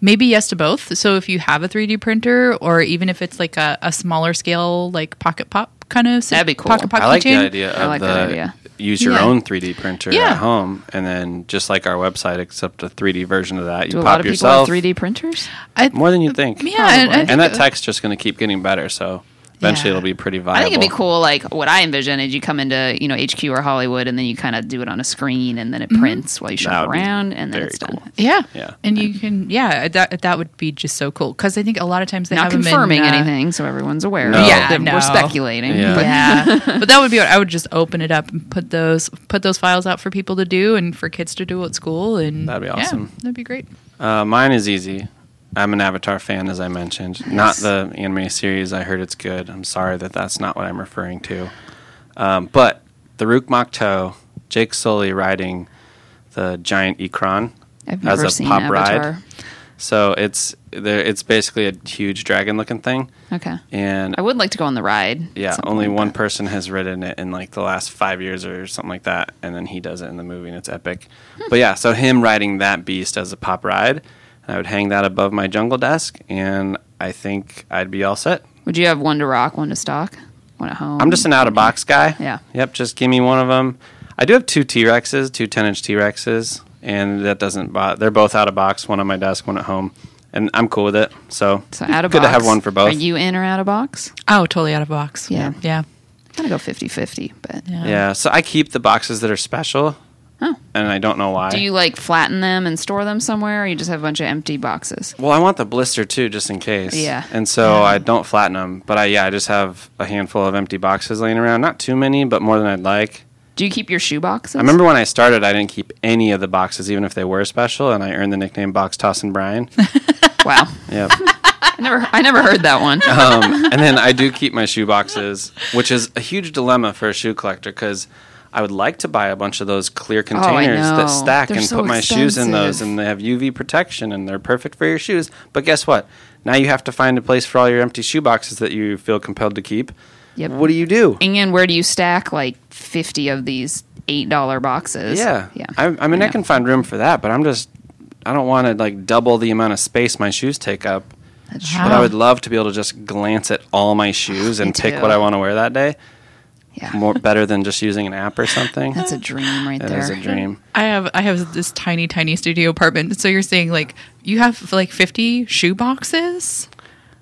S6: maybe yes to both so if you have a 3d printer or even if it's like a, a smaller scale like pocket pop kind of si-
S5: That'd be cool.
S6: pocket pop
S3: I like the
S6: keychain.
S3: idea
S5: I
S3: of
S5: like
S3: the
S5: that idea.
S3: use your
S6: Yeah.
S3: own 3D printer
S6: Yeah.
S3: at home, and then just like our website, except a 3D version of that. You
S5: Do a
S3: pop
S5: lot of people have
S3: yourself
S5: three D printers?
S6: I,
S3: more than you think.
S6: yeah and, I
S5: Probably.
S6: think-
S3: and that tech's just going to keep getting better. So eventually,
S6: Yeah.
S3: it'll be pretty viable.
S5: I think it'd be cool. Like what I envision is you come into you know HQ or Hollywood, and then you kind of do it on a screen, and then it
S6: Mm-hmm.
S5: prints while you
S3: That
S5: shop
S3: would be
S5: around, and then
S3: very
S5: it's
S3: cool.
S5: done.
S6: yeah
S3: Yeah.
S6: and you can yeah that that would be just so cool because i think a lot of times they
S5: Not
S6: have 'em in,
S5: confirming
S6: uh,
S5: anything, so everyone's aware.
S3: No.
S6: Yeah,
S5: that
S6: no.
S5: we're speculating.
S3: Yeah.
S5: but-
S6: yeah but that would be what i would just open it up and put those put those files out for people to do and for kids to do at school and
S3: That'd be
S6: yeah,
S3: awesome.
S6: that'd be great
S3: Uh, mine is easy. I'm an Avatar fan, as I mentioned. Not the anime series. I heard it's good. I'm sorry that that's not what I'm referring to. Um, but the Rook Mokto, Jake Sully riding the giant Ikron
S5: I've never seen Avatar.
S3: So it's there. It's basically a huge dragon-looking thing,
S5: Okay.
S3: and
S5: I would like to go on the ride.
S3: yeah,
S5: Something
S3: only
S5: like
S3: one
S5: that.
S3: person has ridden it in like the last five years or something like that, and then he does it in the movie, and it's epic.
S5: Hmm.
S3: But yeah, so him riding that beast as a pop ride, and I would hang that above my jungle desk, and I think I'd be all set.
S5: Would you have one to rock, one to stock, one at home?
S3: I'm just an out of box guy.
S5: Hmm. Yeah.
S3: Yep. Just give me one of them. I do have two T Rexes, two 10 inch T Rexes, and that doesn't bother. They're both out of box, one on my desk, one at home, and I'm cool with it. So,
S5: So out of
S3: good
S5: box.
S3: to have one for both.
S5: Are you in or out of box?
S6: Oh, totally out of box.
S5: Yeah.
S6: Yeah.
S5: Kind of go 50-50, but
S6: Yeah.
S3: yeah, so I keep the boxes that are special,
S5: Oh.
S3: and I don't know why.
S5: Do you like flatten them and store them somewhere, or you just have a bunch of empty boxes?
S3: Well, I want the blister too, just in case.
S5: Yeah.
S3: And so I don't flatten them, but I yeah, I just have a handful of empty boxes laying around. Not too many, but more than I'd like.
S5: Do you keep your shoe boxes?
S3: I remember when I started, I didn't keep any of the boxes, even if they were special, and I earned the nickname Box Toss and Brian.
S5: Wow,
S3: yep.
S5: I never, I never heard that one.
S3: Um, and then I do keep my shoe boxes, which is a huge dilemma for a shoe collector because I would like to buy a bunch of those clear
S5: Oh, I
S3: containers
S5: know.
S3: that stack
S5: They're
S3: and
S5: so
S3: put my shoes in those,
S5: expensive.
S3: and they have UV protection and they're perfect for your shoes. But guess what? Now you have to find a place for all your empty shoe boxes that you feel compelled to keep.
S5: Yep.
S3: What do you do?
S5: And where do you stack like fifty of these eight dollar boxes?
S3: Yeah,
S5: yeah.
S3: I, I mean, I,
S5: know.
S3: can find room for that, but I'm just, I don't want to like double the amount of space my shoes take up. But I would love to be able to just glance at all my shoes and
S5: Me
S3: pick
S5: too.
S3: what I want to wear that day.
S5: Yeah.
S3: More better than just using an app or something.
S5: That's a dream right
S3: That
S5: there.
S3: is a dream.
S6: I have I have this tiny tiny studio apartment. So you're saying like you have like 50 shoe boxes?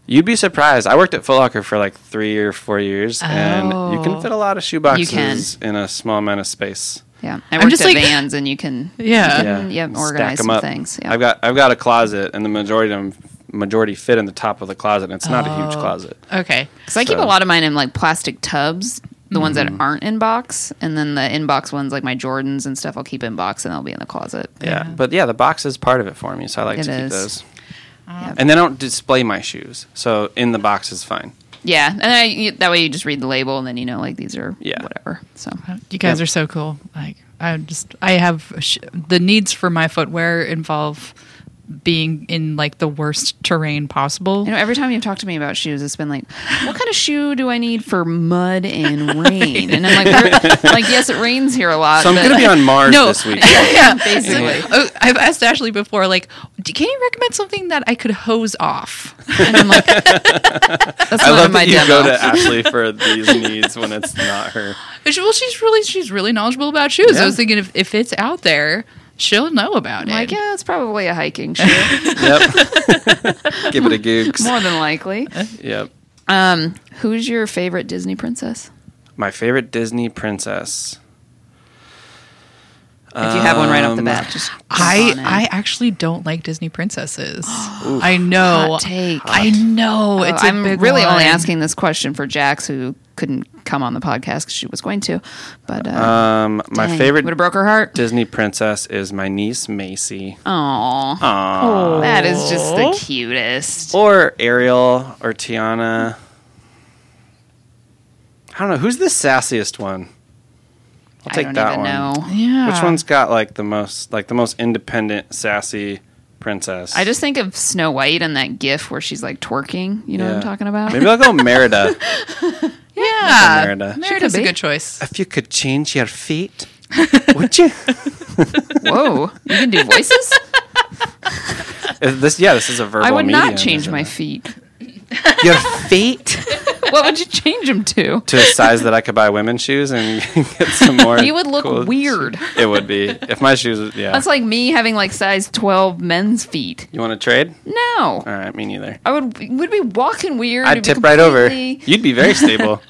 S3: You'd be surprised. I worked at Foot Locker for like three or four years, and you can
S6: Oh.
S3: fit a lot of shoe
S5: You can.
S3: boxes in a small amount of space.
S5: Yeah, I worked
S6: just
S5: at
S6: like-
S5: Vans, and you can
S6: Yeah.
S5: Mm, yep, organize
S3: 'em
S5: some things, yeah.
S3: I've got I've got a closet, and the majority of 'em- majority fit in the top of the closet. And it's not a
S5: Oh.
S3: huge closet.
S6: Okay.
S5: because I keep
S3: So-
S5: a lot of mine in like plastic tubs, the ones that
S3: Mm-hmm.
S5: aren't in box, and then the inbox ones like my Jordans and stuff. I'll keep in box, and they'll be in the closet.
S3: Yeah. but yeah, the box is part of it for me, so I like
S5: It
S3: to keep
S5: is.
S3: those.
S5: Yeah.
S3: And then I don't display my shoes, so in the box is fine.
S5: Yeah, and I, you- that way you just read the label, and then you know like these are
S3: Yeah.
S5: whatever. So
S6: You guys are so cool. Like I just I have sh- the needs for my footwear involve being in like the worst terrain possible.
S5: you know, every time you've talked to me about shoes, it's been like, what kind of shoe do I need for mud and rain? And I'm like, we're- like yes, it rains here a lot.
S3: So I'm
S5: but
S3: going to be on Mars
S6: No.
S3: this week.
S6: yeah,
S5: basically.
S6: Oh, I've asked Ashley before, like, "D- can you recommend something that I could hose off?
S5: And I'm like, that's
S3: I
S5: not
S3: love
S5: in my
S3: that you
S5: demo.
S3: go to Ashley for these needs when it's not her.
S6: And she- well, she's really she's really knowledgeable about shoes.
S3: Yeah.
S6: I was thinking if, if it's out there, she'll know about
S5: I'm like,
S6: it.
S5: yeah, it's probably a hiking shoe,
S3: Yep. Give it a gooks.
S5: more than likely.
S6: Uh-huh.
S3: Yep.
S5: Um, who's your favorite Disney princess?
S3: My favorite Disney princess.
S5: If you have one right off the
S3: Um,
S5: bat, just jump
S6: I
S5: on in.
S6: I actually don't like Disney princesses. I know.
S5: Hot take.
S6: I know.
S5: Oh,
S6: It's a
S5: I'm
S6: big
S5: really
S6: one.
S5: only asking this question for Jax, who couldn't come on the podcast because she was going to, but uh,
S3: Um, my favorite
S5: would have broke her heart.
S3: Disney princess is my niece Macy,
S5: Aww,
S3: Aww.
S5: that is just the cutest.
S3: or Ariel, or Tiana. I don't know who's the sassiest one. I'll
S5: I
S3: take
S5: don't
S3: that
S5: even
S3: one.
S5: know.
S6: Yeah.
S3: Which one's got like the most like the most independent sassy princess?
S5: I just think of Snow White and that GIF where she's like twerking. You know what I'm
S3: Yeah.
S5: talking about?
S3: Maybe I'll go Merida.
S6: Yeah.
S3: Merida. She
S6: Merida's
S5: could
S6: a
S5: be.
S6: good choice.
S3: if you could change your feet, would you?
S5: Whoa, you can do voices.
S3: If this yeah, this is a verbal.
S5: I would
S3: medium,
S5: not change
S3: isn't
S5: my
S3: it?
S5: feet.
S3: your feet
S5: What would you change them to?
S3: to a size that I could buy women's shoes and get some more.
S5: You would look
S3: cool-
S5: weird.
S3: It would be if my shoes. was- Yeah.
S5: That's like me having like size 12 men's feet.
S3: you want to trade?
S5: No.
S3: All right, me neither.
S5: I would would be walking weird.
S3: I'd
S5: It'd be
S3: tip right over.
S5: completely-
S3: You'd be very stable.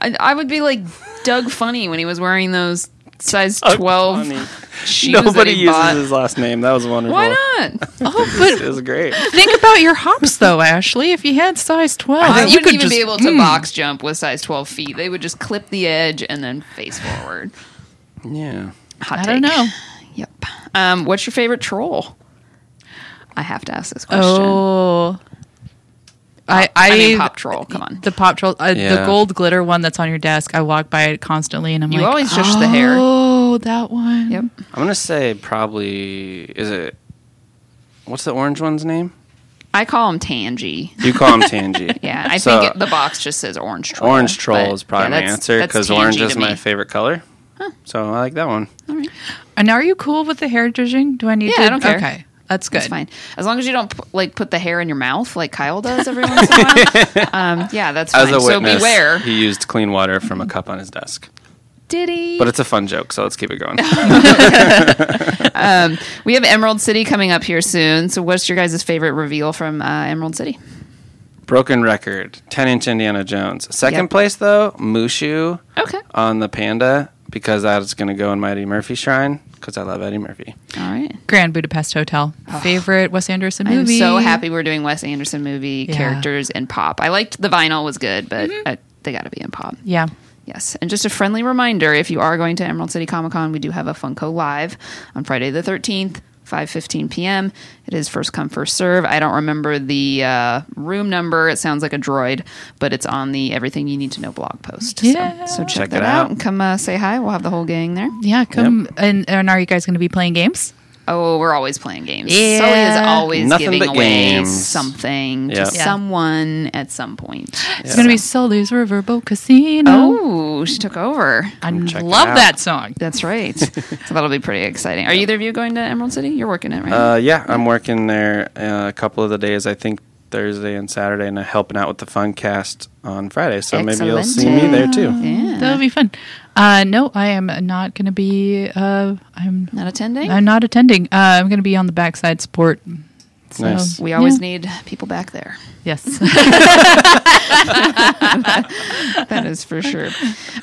S5: I, I would be like Doug Funny when he was wearing those size 12
S3: Oh, Funny.
S5: shoes that
S3: Nobody
S5: he
S3: uses
S5: bought.
S3: his last name. That was wonderful.
S5: Why not?
S6: Oh,
S3: It
S6: but
S3: was great.
S6: think about your hops though, Ashley. If you had size twelve,
S5: I
S6: you
S5: wouldn't
S6: could
S5: even
S6: just
S5: be able to
S3: mm.
S5: box jump with size 12 feet. They would just clip the edge and then face forward.
S3: Yeah.
S5: Hot
S6: I don't
S5: take.
S6: know.
S5: Yep. Um, what's your favorite troll? I have to ask this question.
S6: Oh. I, I,
S5: I mean, pop troll. Come on.
S6: The pop troll, uh,
S3: Yeah.
S6: the gold glitter one that's on your desk. I walk by it constantly, and I'm
S5: You
S6: like,
S5: always
S6: oh,
S5: shush the hair."
S6: that one.
S5: Yep.
S3: I'm gonna say probably is it. What's the orange one's name?
S5: I call him Tangy.
S3: You call him Tangy.
S5: Yeah, I
S3: So-
S5: think it, the box just says orange troll.
S3: Orange troll
S5: but,
S3: is probably
S5: yeah,
S3: my
S5: that's-
S3: answer
S5: that's
S3: because
S5: tangy
S3: orange
S5: to
S3: is my
S5: me.
S3: favorite color. So I like that one.
S6: And are you cool with the hair judging? Do I need
S5: Yeah,
S6: to?
S5: I don't care.
S6: Okay, that's good.
S5: It's fine as long as you don't pu- like put the hair in your mouth like Kyle does every once in a while. Um, yeah, that's fine.
S3: As a witness,
S5: so beware.
S3: he used clean water from a cup on his desk.
S5: Diddy.
S3: But it's a fun joke, so let's keep it going.
S5: we have Emerald City coming up here soon. So, what's your guys' favorite reveal from uh, Emerald City?
S3: Broken record, 10 inch Indiana Jones. Second
S5: Yep.
S3: place, though, Mushu
S5: Okay.
S3: on the panda because that's going to go in my Eddie Murphy shrine because I love Eddie Murphy.
S5: All right.
S6: Grand Budapest Hotel. Favorite Wes Anderson
S5: Ah. I'm
S6: movie.
S5: so happy we're doing Wes Anderson movie
S6: Yeah.
S5: characters and pop. I liked the vinyl was good, but uh, they got to be in pop.
S6: Yeah.
S5: Yes. And just a friendly reminder if you are going to Emerald City Comic Con, we do have a Funko Live on Friday the 13th. 5:15 p.m. It is first come first serve. I don't remember the uh, room number. It sounds like a droid, but it's on the Everything You Need to Know blog post. So-
S6: Yeah.
S5: So, check,
S3: Check
S5: that
S3: it
S5: out
S3: out.
S5: and come uh, say hi. We'll have the whole gang there.
S6: Yeah, come and, and are you guys going to be playing games?
S5: Oh, we're always playing games.
S6: Yeah.
S5: Sully is always
S3: Nothing
S5: giving
S3: but
S5: away
S3: games.
S5: something
S3: Yeah.
S5: to
S6: Yeah.
S5: someone at some point.
S6: It's going to be Sully's Riverboat Casino.
S5: Oh, she took over.
S6: I
S3: check
S6: love
S3: it out.
S6: that song.
S5: That's right. so that'll be pretty exciting. Are either of you going to Emerald City? You're working it, right?
S3: Uh, yeah, I'm working there uh, a couple of the days, I think Thursday and Saturday, and I'm helping out with the fun cast on Friday. So maybe you'll see me there too.
S5: yeah.
S6: That'll be fun. Uh, no, I am not going to be. Uh, I'm
S5: Not attending?
S6: I'm not attending. Uh, I'm going to be on the backside support. So,
S3: Nice.
S5: we always
S6: yeah.
S5: need people back there.
S6: Yes.
S5: that is for sure.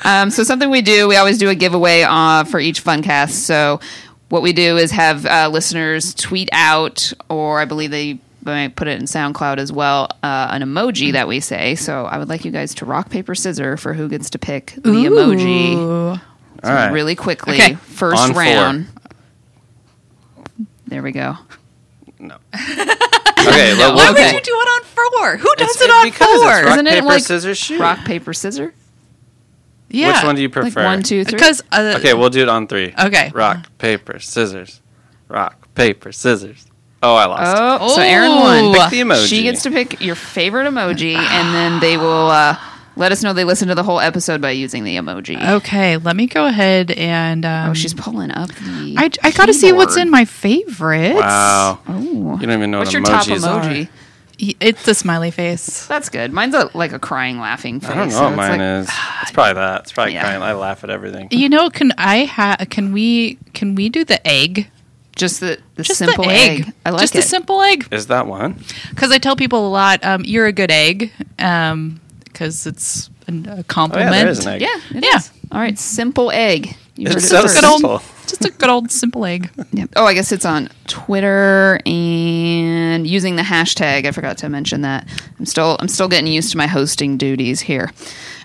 S5: Um, so something we do, we always do a giveaway uh, for each Funcast. So what we do is have uh, listeners tweet out, or I believe they might put it in SoundCloud as well, uh, an emoji that we say. So I would like you guys to rock paper scissors for who gets to pick the emoji
S3: Oh,
S6: Ooh.
S3: All right.
S5: really quickly.
S6: Okay.
S5: First
S3: On four.
S5: round. There we go.
S3: Okay, well,
S5: Why
S3: we'll-
S5: would Okay. you
S6: do it on four? Who does
S3: It's- it on because it's four? rock, paper, scissors, shoot.
S5: rock paper scissors?
S6: Yeah.
S3: Which one do you
S5: Like
S3: prefer?
S5: one, two, three.
S6: Because uh,
S3: Okay, we'll do it on three.
S6: Okay.
S3: Rock, paper, scissors. Rock, paper, scissors. Oh, I lost.
S5: Oh, so Aaron won.
S6: Pick
S3: the emoji.
S5: She gets to pick your favorite emoji, and then they will uh, let us know they listened to the whole episode by using the emoji.
S6: okay, let me go ahead and. Oh, Um,
S5: Oh, she's pulling up the.
S6: I, I got to see what's
S5: keyboard.
S6: in my favorites.
S3: Wow.
S5: Ooh.
S3: You don't even know
S5: What's
S3: what
S5: your top
S3: emojis are.
S5: emoji?
S6: Y- It's the smiley face.
S5: That's good. Mine's a, like a crying, laughing face.
S3: I don't know
S5: so
S3: what
S5: it's
S3: mine
S5: like- ah,
S3: is. It's probably that. It's probably
S5: Yeah.
S3: crying. I laugh at everything.
S6: You know, can I ha- Can we? Can we do the egg?
S5: Just the, the
S6: Just
S5: simple
S6: the
S5: egg.
S6: egg.
S5: I like
S6: Just
S5: it.
S6: the simple egg.
S3: Is that one?
S6: Because I tell people a lot, um, you're a good egg. Um, because it's an, a
S3: Oh, yeah,
S6: compliment.
S3: there is an egg.
S5: yeah. it
S6: Yeah.
S5: is. All right. Simple egg. You heard
S3: It's
S5: it
S3: so
S5: first.
S6: Good old-
S3: simple.
S6: Just a good old simple egg.
S5: Yep. Oh, I guess it's on Twitter and using the hashtag. I forgot to mention that. I'm still I'm still getting used to my hosting duties here.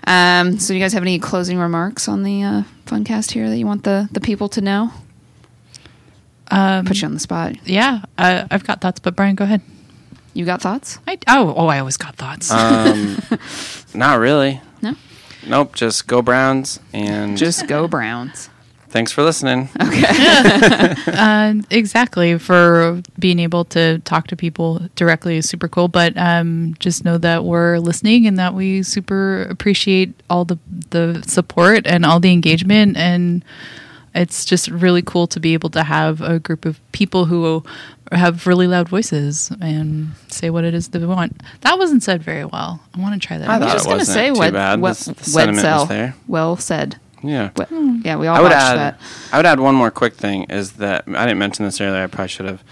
S5: Um, so, do you guys have any closing remarks on the uh, Funcast here that you want the the people to know?
S6: Um,
S5: Put you on the spot.
S6: yeah, uh, I've got thoughts, but Brian, go ahead.
S5: You got thoughts?
S6: I, oh, oh, I always got thoughts.
S3: Um, Not really.
S5: No.
S3: Nope. Just go Browns. And
S5: Just go Browns.
S3: thanks for listening.
S6: Uh, exactly for being able to talk to people directly is super cool but um, just know that we're listening and that we super appreciate all the the support and all the engagement and it's just really cool to be able to have a group of people who have really loud voices and say what it is that we want that wasn't said very well i want to try that
S3: I
S5: I was
S3: thought
S5: just
S3: it
S5: gonna
S3: wasn't
S5: say
S3: too
S5: what
S3: bad.
S5: what
S3: The- the
S5: what
S3: sentiment was
S5: sell.
S3: there.
S5: Well said.
S3: Yeah.
S5: What- Yeah, we all
S3: I would
S5: watched
S3: add.
S5: that.
S3: I would add one more quick thing is that I didn't mention this earlier. I probably should have.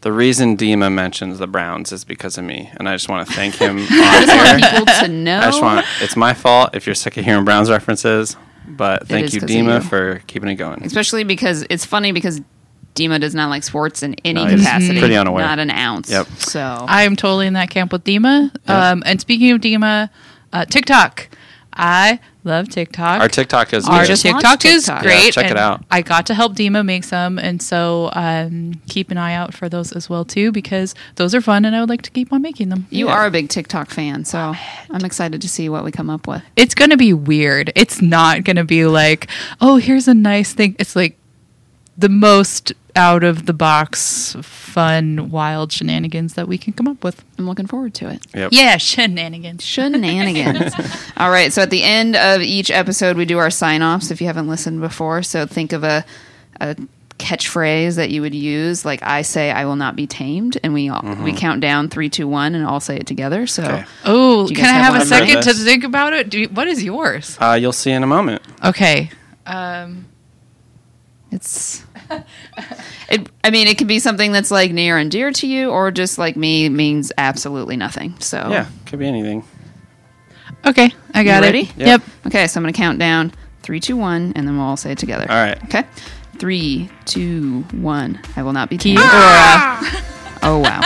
S3: The reason Dima mentions the Browns is because of me, and I just want to thank him. on air.
S5: People to know.
S3: I just want. It's my fault if you're sick of hearing Browns references, but
S5: is
S3: thank you,
S5: 'cause of
S3: Dima,
S5: you.
S3: for keeping it going.
S5: especially because it's funny because Dima does not like sports in any
S3: No, he's
S5: capacity.
S3: Uh, pretty unaware.
S5: Not an ounce.
S3: Yep.
S5: So
S6: I am totally in that camp with Dima.
S3: Yeah.
S6: Um, and speaking of Dima, uh, TikTok. I love TikTok.
S3: Our TikTok is
S6: Our
S3: good.
S5: just
S6: TikTok,
S5: launched
S6: is
S5: TikTok.
S6: great.
S3: Yeah, check it
S6: and
S3: out.
S6: I got to help Dima make some, and so um, keep an eye out for those as well too, because those are fun, and I would like to keep on making them.
S5: you are a big TikTok fan, so I'm excited to see what we come up with.
S6: It's going to be weird. It's not going to be like, oh, here's a nice thing. It's like the most out of the box, fun, wild shenanigans that we can come up with.
S5: I'm looking forward to it.
S3: Yep.
S6: Yeah, shenanigans.
S5: Shenanigans. All right. So at the end of each episode, we do our sign offs if you haven't listened before. So think of a, a catchphrase that you would use. Like, I say, I will not be tamed. And we all, we count down three, two, one, and all say it together. So
S3: Mm-hmm. Okay.
S6: Oh,
S5: Do you
S6: can I
S5: guys have
S6: have,
S5: one
S6: a
S5: of those?
S6: second to
S3: Nervous.
S6: think about it? Do you, what is yours?
S3: Uh, you'll see in a moment.
S6: Okay. Um,
S5: It's. It, I mean, it can be something that's like near and dear to you, or just like me means absolutely nothing. So
S3: Yeah, could be anything.
S6: okay, I got
S5: You
S6: it.
S5: ready?
S3: Yep. Yep.
S5: Okay, so I'm gonna count down three, two, one, and then we'll all say it together.
S3: All right.
S5: Okay. Three, two, one. I will not be.
S6: Key
S5: tamed.
S6: aura.
S5: Oh wow.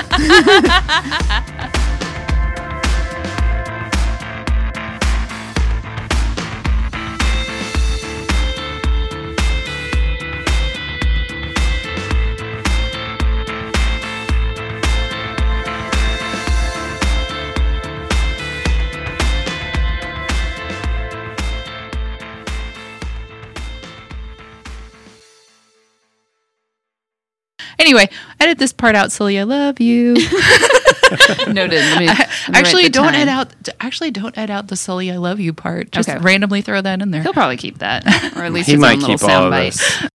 S6: Anyway, edit this part out, Celia. Love you.
S5: Noted. Let me- let me write
S6: actually,
S5: the
S6: don't
S5: time.
S6: edit out. Actually, don't edit out the Celia. Love you part. Just
S5: Okay.
S6: randomly throw that in there.
S5: He'll probably keep that, or at least
S3: He
S5: his
S3: might
S5: own little
S3: keep all of
S5: soundbite.
S3: this.